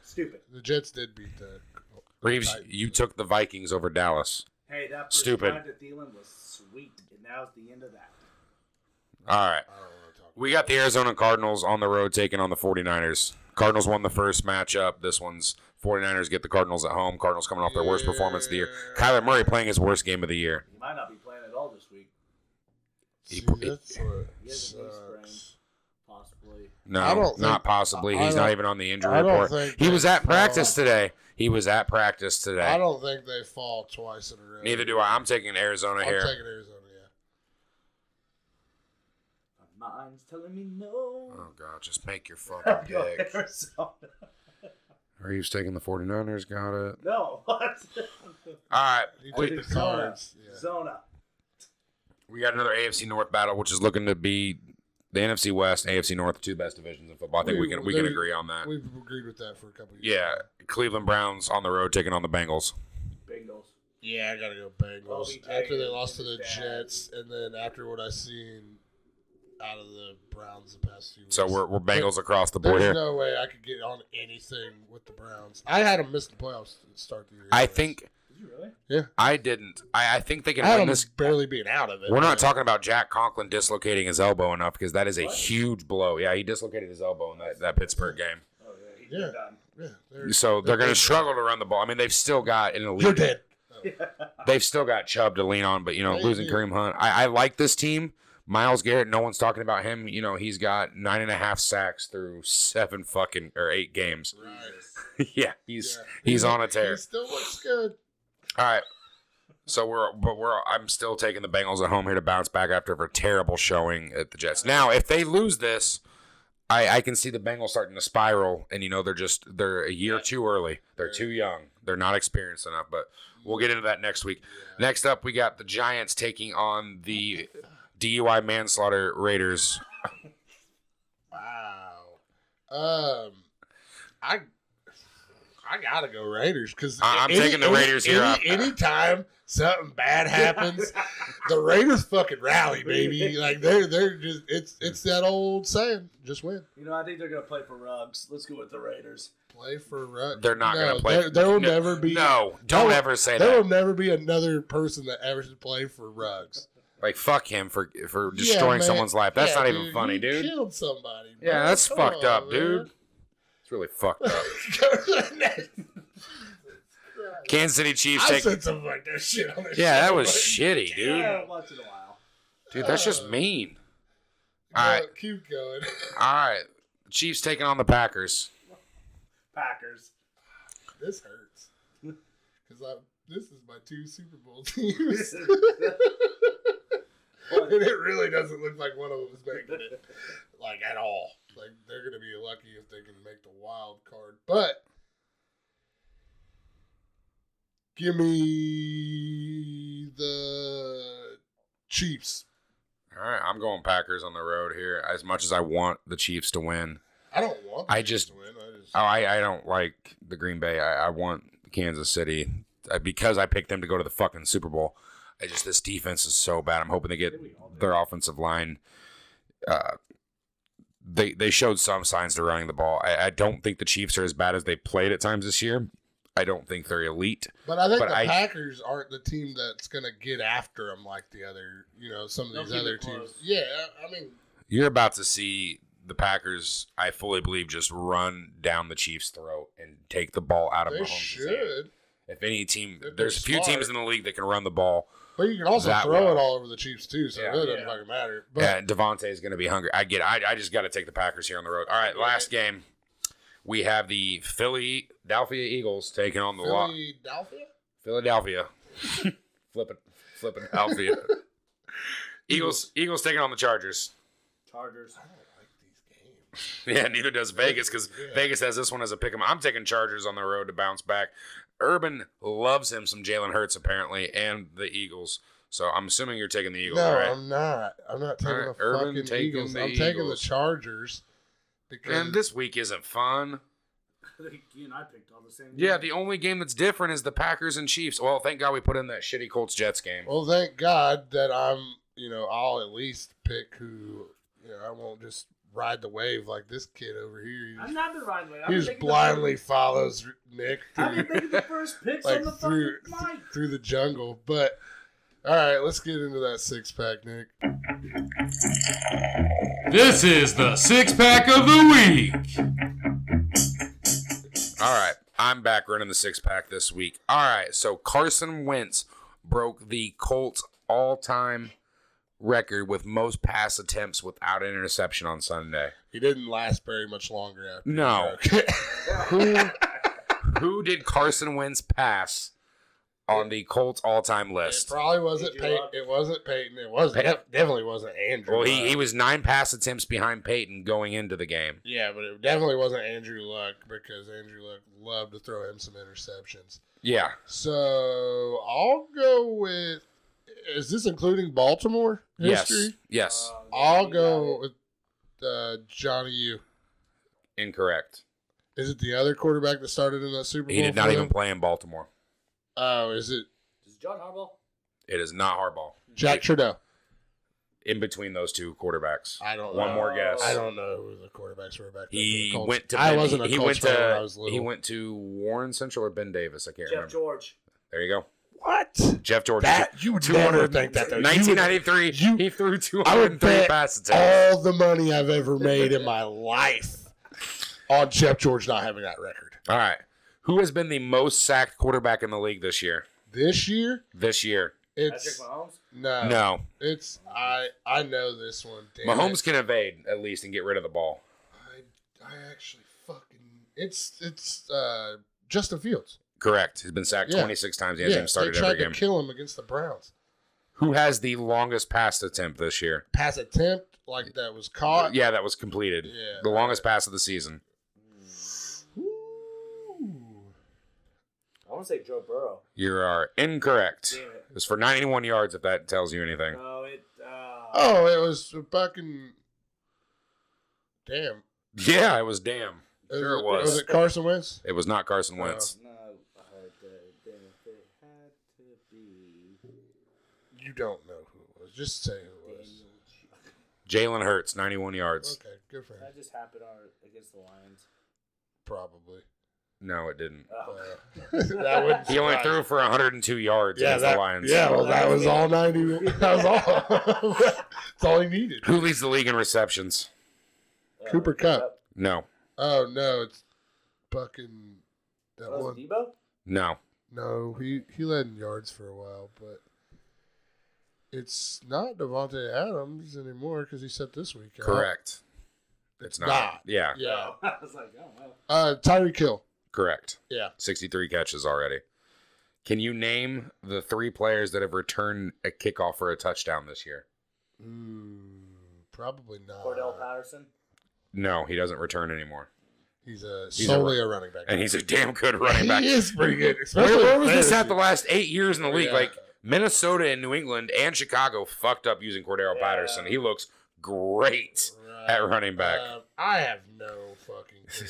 Speaker 4: Stupid.
Speaker 2: The Jets did beat the.
Speaker 3: Reeves,
Speaker 2: Right.
Speaker 3: you took the Vikings over Dallas.
Speaker 4: Hey, that first
Speaker 3: Stupid.
Speaker 4: drive to Thielen was sweet, and that was the end of that.
Speaker 3: All right.
Speaker 2: I don't want to talk.
Speaker 3: We got the Arizona Cardinals on the road taking on the 49ers. Cardinals won the first matchup. This one's 49ers get the Cardinals at home. Cardinals coming off their worst performance of the year. Kyler Murray playing his worst game of the year.
Speaker 4: He might not be playing at all this week,
Speaker 2: See,
Speaker 3: He-
Speaker 2: that's what
Speaker 4: he has a knee
Speaker 2: sucks.
Speaker 4: possibly.
Speaker 3: No,
Speaker 2: I don't
Speaker 3: not
Speaker 2: think-
Speaker 3: possibly.
Speaker 2: I- I
Speaker 3: He's not
Speaker 2: don't-
Speaker 3: even on the injury
Speaker 2: I don't
Speaker 3: report.
Speaker 2: think
Speaker 3: He was
Speaker 2: that-
Speaker 3: at practice today. He was at practice
Speaker 2: I
Speaker 3: today.
Speaker 2: don't think they fall twice in a row.
Speaker 3: Neither do I. I'm taking Arizona
Speaker 2: I'm
Speaker 3: here.
Speaker 2: taking Arizona. Yeah.
Speaker 4: My mind's telling me no.
Speaker 3: oh god, just make your fucking
Speaker 4: Go
Speaker 3: pick.
Speaker 4: Arizona.
Speaker 3: Reeves taking the 49ers. Got it.
Speaker 4: No, what?
Speaker 3: All right.
Speaker 2: You
Speaker 3: We,
Speaker 2: took the cards. Yeah.
Speaker 4: Zona.
Speaker 3: we got another AFC North battle, which is looking to be the NFC West, AFC North, the two best divisions in football. I think we,
Speaker 2: We-
Speaker 3: can we can
Speaker 2: they-
Speaker 3: agree on that.
Speaker 2: We've agreed with that for a couple of years.
Speaker 3: yeah, Cleveland Browns on the road taking on the Bengals.
Speaker 4: Bengals.
Speaker 2: Yeah, I gotta go Bengals
Speaker 4: OBJ
Speaker 2: after they lost to the
Speaker 4: is bad.
Speaker 2: Jets, and then after what I seen out of the Browns the past few weeks.
Speaker 3: So we're, we're Bengals across the board
Speaker 2: There's
Speaker 3: here.
Speaker 2: no way I could get on anything with the Browns. I had them miss the playoffs to start the year.
Speaker 3: I
Speaker 2: anyways.
Speaker 3: think
Speaker 4: Did you really?
Speaker 3: I didn't. I, I think they can
Speaker 2: I had
Speaker 3: win
Speaker 2: them
Speaker 3: this.
Speaker 2: barely being out of it.
Speaker 3: We're not
Speaker 2: but-
Speaker 3: talking about Jack Conklin dislocating his elbow enough because that is a
Speaker 4: What?
Speaker 3: huge blow. Yeah, he dislocated his elbow in that, that Pittsburgh game.
Speaker 4: Oh yeah, he's
Speaker 2: Yeah.
Speaker 4: done.
Speaker 2: Yeah, they're-
Speaker 3: So they're going to
Speaker 2: dead.
Speaker 3: struggle to run the ball. I mean, they've still got an elite.
Speaker 2: You're dead.
Speaker 3: Oh. They've still got Chubb to lean on, but you know,
Speaker 2: They
Speaker 3: losing
Speaker 2: do.
Speaker 3: Kareem Hunt. I, I like this team. Miles Garrett, no one's talking about him. You know, he's got nine and a half sacks through seven fucking or eight games.
Speaker 2: Right.
Speaker 3: yeah, he's
Speaker 2: Yeah.
Speaker 3: he's on a tear.
Speaker 2: He still looks good.
Speaker 3: All right. So we're but we're I'm still taking the Bengals at home here to bounce back after a terrible showing at the Jets. Now, if they lose this, I, I can see the Bengals starting to spiral, and you know they're just they're a year too early. They're too young. They're not experienced enough. But we'll get into that next week. Next up, we got the Giants taking on the DUI manslaughter Raiders.
Speaker 2: Wow. Um, I I gotta go Raiders because
Speaker 3: I- I'm taking the Raiders here.
Speaker 2: Any, anytime something bad happens, the Raiders fucking rally, baby. Like they're they're just it's it's that old saying, just win.
Speaker 4: You know, I think they're gonna play for rugs. Let's go with the Raiders.
Speaker 2: Play for Rutt.
Speaker 3: They're not
Speaker 2: No,
Speaker 3: going to play.
Speaker 2: There, there will
Speaker 3: No-
Speaker 2: never be
Speaker 3: No, don't
Speaker 2: there-
Speaker 3: ever say
Speaker 2: There
Speaker 3: that.
Speaker 2: will never be another person that ever should play for Rugs.
Speaker 3: Like fuck him for for destroying
Speaker 2: man.
Speaker 3: someone's life. That's
Speaker 2: Yeah,
Speaker 3: not even
Speaker 2: dude,
Speaker 3: funny,
Speaker 2: you
Speaker 3: dude.
Speaker 2: Killed somebody.
Speaker 3: Yeah,
Speaker 2: bro.
Speaker 3: that's
Speaker 2: Come
Speaker 3: fucked
Speaker 2: on,
Speaker 3: up,
Speaker 2: man.
Speaker 3: dude. It's really fucked up.
Speaker 2: Go to the next.
Speaker 3: Kansas City Chiefs
Speaker 2: I
Speaker 3: take.
Speaker 2: said something like that shit on this
Speaker 3: Yeah,
Speaker 2: show,
Speaker 3: that was
Speaker 2: but-
Speaker 3: shitty,
Speaker 4: Yeah,
Speaker 3: dude.
Speaker 4: once in a while.
Speaker 3: Dude, that's just mean. All right,
Speaker 2: Go- Keep going.
Speaker 3: all right. Chiefs taking on the Packers.
Speaker 4: Packers.
Speaker 2: This hurts. Because I this is my two Super Bowl teams. and it really doesn't look like one of them is making it. Like at all. Like they're gonna be lucky if they can make the wild card. But give me the Chiefs.
Speaker 3: All right, I'm going Packers on the road here. As much as I want the Chiefs to win,
Speaker 2: I don't want the
Speaker 3: I
Speaker 2: Chiefs
Speaker 3: just-
Speaker 2: to win. I just
Speaker 3: oh, I, I don't like the Green Bay. I, I want Kansas City I, because I picked them to go to the fucking Super Bowl. I just this defense is so bad. I'm hoping they get their offensive line. Uh, they they showed some signs to running the ball. I, I don't think the Chiefs are as bad as they played at times this year. I don't think they're elite.
Speaker 2: But I think
Speaker 3: But
Speaker 2: the
Speaker 3: I-
Speaker 2: Packers aren't the team that's going to get after them like the other, you know, some
Speaker 4: They'll
Speaker 2: of these
Speaker 4: keep
Speaker 2: other
Speaker 4: it
Speaker 2: teams.
Speaker 4: close.
Speaker 2: Yeah, I I mean,
Speaker 3: You're about to see the Packers. I fully believe just run down the Chiefs' throat and take the ball out of
Speaker 2: they
Speaker 3: Mahomes' hand.
Speaker 2: should.
Speaker 3: If any team,
Speaker 2: If
Speaker 3: there's a
Speaker 2: they're
Speaker 3: few
Speaker 2: smart.
Speaker 3: teams in the league that can run the ball.
Speaker 2: But you can also
Speaker 3: That
Speaker 2: throw
Speaker 3: way.
Speaker 2: it all over the Chiefs too, so
Speaker 3: Yeah.
Speaker 2: it really doesn't
Speaker 4: Yeah.
Speaker 2: fucking matter. But
Speaker 3: yeah, Devontae is going to be hungry. I get. It. I I just got to take the Packers here on the road. All right, last game. We have the Philly Philadelphia Eagles taking on the lot
Speaker 2: Philadelphia,
Speaker 3: Philadelphia. flipping flipping Philadelphia. Eagles Eagles taking on the Chargers.
Speaker 4: Chargers.
Speaker 2: I don't like these games.
Speaker 3: Yeah, neither does Vegas because
Speaker 2: Yeah.
Speaker 3: Vegas has this one as a pick 'em. I'm taking Chargers on the road to bounce back. Urban loves him some Jalen Hurts apparently, and the Eagles. So I'm assuming you're taking the Eagles,
Speaker 2: no,
Speaker 3: right?
Speaker 2: I'm not. I'm not taking
Speaker 3: Alright,
Speaker 2: the
Speaker 3: Urban
Speaker 2: fucking
Speaker 3: taking
Speaker 2: Eagles.
Speaker 3: the
Speaker 2: I'm taking the
Speaker 3: Eagles.
Speaker 2: Chargers because
Speaker 3: And this week isn't fun.
Speaker 4: I think you and I picked all the same.
Speaker 3: Yeah,
Speaker 4: games.
Speaker 3: the only game that's different is the Packers and Chiefs. Well, thank God we put in that shitty Colts Jets game.
Speaker 2: Well, thank God that I'm, you know, I'll at least pick who, you know, I won't just ride the wave like this kid over here. He
Speaker 4: I'm
Speaker 2: just,
Speaker 4: not the right way. I'm
Speaker 2: he just
Speaker 4: thinking the
Speaker 2: blindly
Speaker 4: first-
Speaker 2: follows Nick
Speaker 4: I've
Speaker 2: through,
Speaker 4: been thinking the first picks
Speaker 2: like
Speaker 4: on the
Speaker 2: through
Speaker 4: fucking mic.
Speaker 2: through the jungle. But all right, let's get into that six pack, Nick.
Speaker 1: This is the six pack of the week.
Speaker 3: All right, I'm back running the six pack this week. All right, so Carson Wentz broke the Colts all time record with most pass attempts without an interception on Sunday.
Speaker 2: He didn't last very much longer after.
Speaker 3: No. who, who did Carson Wentz pass on the Colts all time
Speaker 2: It
Speaker 3: list?
Speaker 2: probably wasn't
Speaker 4: Andrew
Speaker 2: Peyton.
Speaker 4: Luck.
Speaker 2: It wasn't Peyton. It was def- definitely wasn't Andrew.
Speaker 3: Well, he,
Speaker 2: Luck.
Speaker 3: he was nine pass attempts behind Peyton going into the game.
Speaker 2: yeah, but it definitely wasn't Andrew Luck because Andrew Luck loved to throw him some interceptions.
Speaker 3: Yeah.
Speaker 2: So I'll go with. Is this including Baltimore history?
Speaker 3: Yes. Yes.
Speaker 4: Uh,
Speaker 2: I'll
Speaker 4: you
Speaker 2: go
Speaker 4: got it.
Speaker 2: with uh, Johnny U.
Speaker 3: Incorrect.
Speaker 2: Is it the other quarterback that started in that Super Bowl?
Speaker 3: He did not
Speaker 2: for
Speaker 3: even
Speaker 2: them?
Speaker 3: play in Baltimore.
Speaker 2: Oh, is it
Speaker 4: Is John Harbaugh?
Speaker 3: It is not Harbaugh.
Speaker 2: Jack Trudeau?
Speaker 3: In between those two quarterbacks.
Speaker 2: I don't.
Speaker 3: One
Speaker 2: know.
Speaker 3: more guess.
Speaker 2: I don't know who the quarterbacks were back then.
Speaker 3: He
Speaker 2: for the Colts.
Speaker 3: went to.
Speaker 2: I
Speaker 3: Ben-
Speaker 2: wasn't a
Speaker 3: he, he
Speaker 2: Colts
Speaker 3: went
Speaker 2: fan when I
Speaker 3: to.
Speaker 2: was little.
Speaker 3: He went to Warren Central or Ben Davis. I can't
Speaker 4: Jeff
Speaker 3: remember.
Speaker 4: George.
Speaker 3: There you go.
Speaker 2: What?
Speaker 3: Jeff George.
Speaker 2: That you would never think that. though. You would-
Speaker 3: 1993.
Speaker 2: you-
Speaker 3: he threw
Speaker 2: I would
Speaker 3: 203
Speaker 2: bet
Speaker 3: pass attempts.
Speaker 2: all the money I've ever made in my life on Jeff George not having that record
Speaker 3: All right. Who has been the most sacked quarterback in the league this year?
Speaker 2: this year.
Speaker 3: This year.
Speaker 2: It's
Speaker 4: Patrick Mahomes.
Speaker 2: no,
Speaker 3: no.
Speaker 2: It's I. I know this one. Damn
Speaker 3: Mahomes
Speaker 2: it.
Speaker 3: can evade at least and get rid of the ball.
Speaker 2: I, I actually fucking. It's it's uh Justin Fields.
Speaker 3: Correct. He's been sacked
Speaker 2: Yeah.
Speaker 3: 26 times. He
Speaker 2: yeah,
Speaker 3: hasn't
Speaker 2: they
Speaker 3: even started
Speaker 2: tried
Speaker 3: every
Speaker 2: to
Speaker 3: game.
Speaker 2: kill him against the Browns.
Speaker 3: Who has the longest pass attempt this year?
Speaker 2: Pass attempt like that was caught.
Speaker 3: Yeah, that was completed.
Speaker 2: Uh, Yeah.
Speaker 3: the longest pass of the season.
Speaker 2: Ooh.
Speaker 4: I want to say Joe Burrow.
Speaker 3: You are incorrect.
Speaker 4: Damn
Speaker 3: It
Speaker 4: it.
Speaker 3: was for 91 yards, if that tells you anything.
Speaker 4: No, it. Uh,
Speaker 2: Oh, it was a fucking. Damn.
Speaker 3: Yeah, it was damn. Sure it was.
Speaker 2: Was it Carson Wentz?
Speaker 3: It was not Carson
Speaker 2: Oh.
Speaker 3: Wentz.
Speaker 4: No, uh, they, they, they had to be.
Speaker 2: You don't know who it was. Just say who it was.
Speaker 3: Jalen Hurts, 91 yards.
Speaker 2: Okay, good for him.
Speaker 4: That just happened on, against the Lions.
Speaker 2: Probably. Uh,
Speaker 3: No, it didn't.
Speaker 4: Oh.
Speaker 2: that would
Speaker 3: He only threw for 102 yards
Speaker 2: Yeah,
Speaker 3: against
Speaker 2: that,
Speaker 3: the Lions.
Speaker 2: yeah, well, that was all ninety. That was all. That's all he needed.
Speaker 3: Who leads the league in receptions?
Speaker 4: Uh,
Speaker 2: Cooper Kupp.
Speaker 3: No,
Speaker 2: Oh no, it's fucking that
Speaker 4: Oh,
Speaker 2: one.
Speaker 4: is it Debo?
Speaker 3: no.
Speaker 2: No, he he led in yards for a while, but it's not Devonte Adams anymore because he set this week. out.
Speaker 3: Correct. It's not. Yeah,
Speaker 2: Yeah.
Speaker 4: Oh, I was like, oh, well.
Speaker 2: Uh, Tyree Kill.
Speaker 3: correct.
Speaker 2: Yeah.
Speaker 3: 63 catches already. Can you name the three players that have returned a kickoff for a touchdown this year?
Speaker 2: Hmm, probably not.
Speaker 4: Cordell Patterson.
Speaker 3: No, he doesn't return anymore.
Speaker 2: He's a
Speaker 3: He's
Speaker 2: solely a, running back.
Speaker 3: And he's a damn good running back.
Speaker 2: He is pretty good.
Speaker 3: Where,
Speaker 2: Especially
Speaker 3: where
Speaker 2: in
Speaker 3: was this at
Speaker 2: fantasy.
Speaker 3: the last eight years in the league?
Speaker 2: Yeah.
Speaker 3: Like Minnesota and New England and Chicago fucked up using Cordero
Speaker 4: Yeah.
Speaker 3: Patterson. He looks great at running back.
Speaker 2: Um, I have no fucking clue.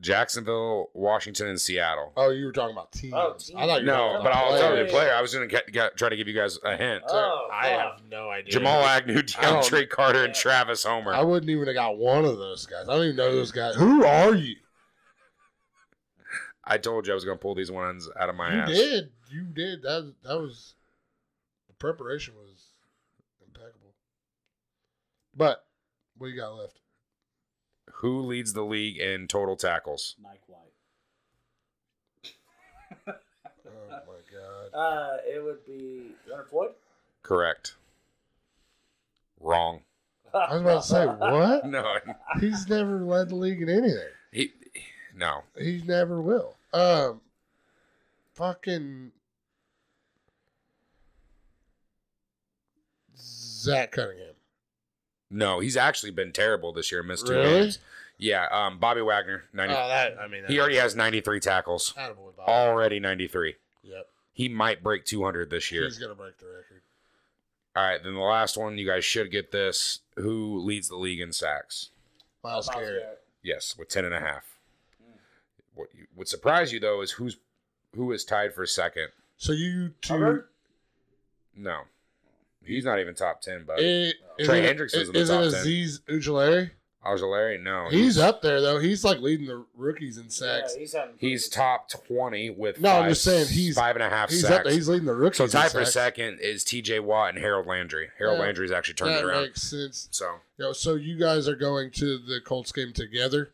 Speaker 3: Jacksonville, Washington, and Seattle.
Speaker 2: oh, you were talking about teams.
Speaker 4: Oh, teams.
Speaker 2: I thought you were
Speaker 3: No,
Speaker 2: talking
Speaker 3: but
Speaker 2: about
Speaker 3: I'll tell you the
Speaker 2: players.
Speaker 3: player. I was going to try to give you guys a hint.
Speaker 4: Oh,
Speaker 2: I
Speaker 4: fuck.
Speaker 2: have no idea.
Speaker 3: Jamal Agnew,
Speaker 2: I don't-
Speaker 3: Deandre Carter, and
Speaker 4: Yeah.
Speaker 3: Travis Homer.
Speaker 2: I wouldn't even have got one of those guys. I don't even know those guys. Who are you?
Speaker 3: I told you I was going to pull these ones out of my
Speaker 2: you
Speaker 3: ass.
Speaker 2: did. You did. That that was the preparation was impeccable. But what you got left?
Speaker 3: Who leads the league in total tackles?
Speaker 4: Mike White.
Speaker 2: Oh my god.
Speaker 4: Uh, it would be Leonard Floyd.
Speaker 3: Correct. Wrong.
Speaker 2: I was about to say what?
Speaker 3: No.
Speaker 2: He's never led the league in anything.
Speaker 3: He, no.
Speaker 2: He never will. Um fucking Zach Cunningham.
Speaker 3: No, he's actually been terrible this year. Missed two
Speaker 2: Really?
Speaker 3: games. Yeah, um, Bobby Wagner,
Speaker 2: Oh,
Speaker 3: ninety.
Speaker 2: that I mean that
Speaker 3: he already has ninety-three tackles.
Speaker 2: Attaboy, Bob.
Speaker 3: Already ninety-three.
Speaker 2: Yep.
Speaker 3: He might break two hundred this year.
Speaker 2: He's gonna break the record.
Speaker 3: All right, then the last one. You guys should get this. Who leads the league in sacks?
Speaker 2: Miles
Speaker 4: Miles
Speaker 2: Garrett.
Speaker 4: Garrett.
Speaker 3: Yes, with ten and a half. What you, would surprise you though is who's who is tied for second.
Speaker 2: So you two
Speaker 4: Hubbard?
Speaker 3: No, he's not even top ten. But
Speaker 2: It, is
Speaker 3: Trey
Speaker 2: it-
Speaker 3: Hendrickson was in the
Speaker 2: is it
Speaker 3: top Oh, 10.
Speaker 2: Aziz Ujulari?
Speaker 3: Ojulari, no,
Speaker 2: He's up there though. He's like leading the rookies in sacks.
Speaker 4: Yeah, he's having
Speaker 3: He's top twenty with.
Speaker 2: No, I'm
Speaker 3: five-
Speaker 2: just saying he's-
Speaker 3: five and a half.
Speaker 2: he's
Speaker 3: sacks.
Speaker 2: up there. He's leading the rookies.
Speaker 3: So tied
Speaker 2: in
Speaker 3: for
Speaker 2: sacks.
Speaker 3: second is T.J. Watt and Harold Landry. Harold
Speaker 2: Yeah.
Speaker 3: Landry's actually turned
Speaker 2: That
Speaker 3: it around.
Speaker 2: makes sense.
Speaker 3: So
Speaker 2: You know, so you guys are going to the Colts game together.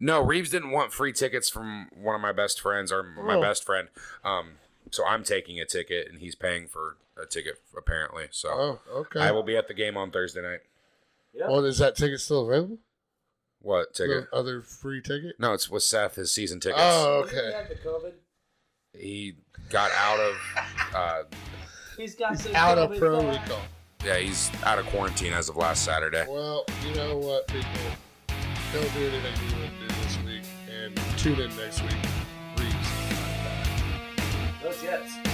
Speaker 3: no, Reeves didn't want free tickets from one of my best friends or my
Speaker 2: Oh.
Speaker 3: best friend. Um, so I'm taking a ticket and he's paying for a ticket apparently. So
Speaker 2: Oh, okay.
Speaker 3: I will be at the game on Thursday night.
Speaker 4: Yeah.
Speaker 2: Well, is that ticket still available?
Speaker 3: What ticket?
Speaker 2: The other free ticket.
Speaker 3: No, it's with Seth. His season tickets.
Speaker 2: Oh,
Speaker 4: Doesn't he
Speaker 2: okay.
Speaker 4: have the COVID?
Speaker 3: He got out of. Uh,
Speaker 4: He's got
Speaker 2: He's
Speaker 4: the
Speaker 2: out of
Speaker 4: COVID
Speaker 2: pro
Speaker 4: going.
Speaker 2: recall.
Speaker 3: yeah, he's out of quarantine as of last Saturday.
Speaker 2: Well, you know what, people? Don't do anything you wouldn't do this week, and tune in next week. Reeves.
Speaker 4: Those Jets.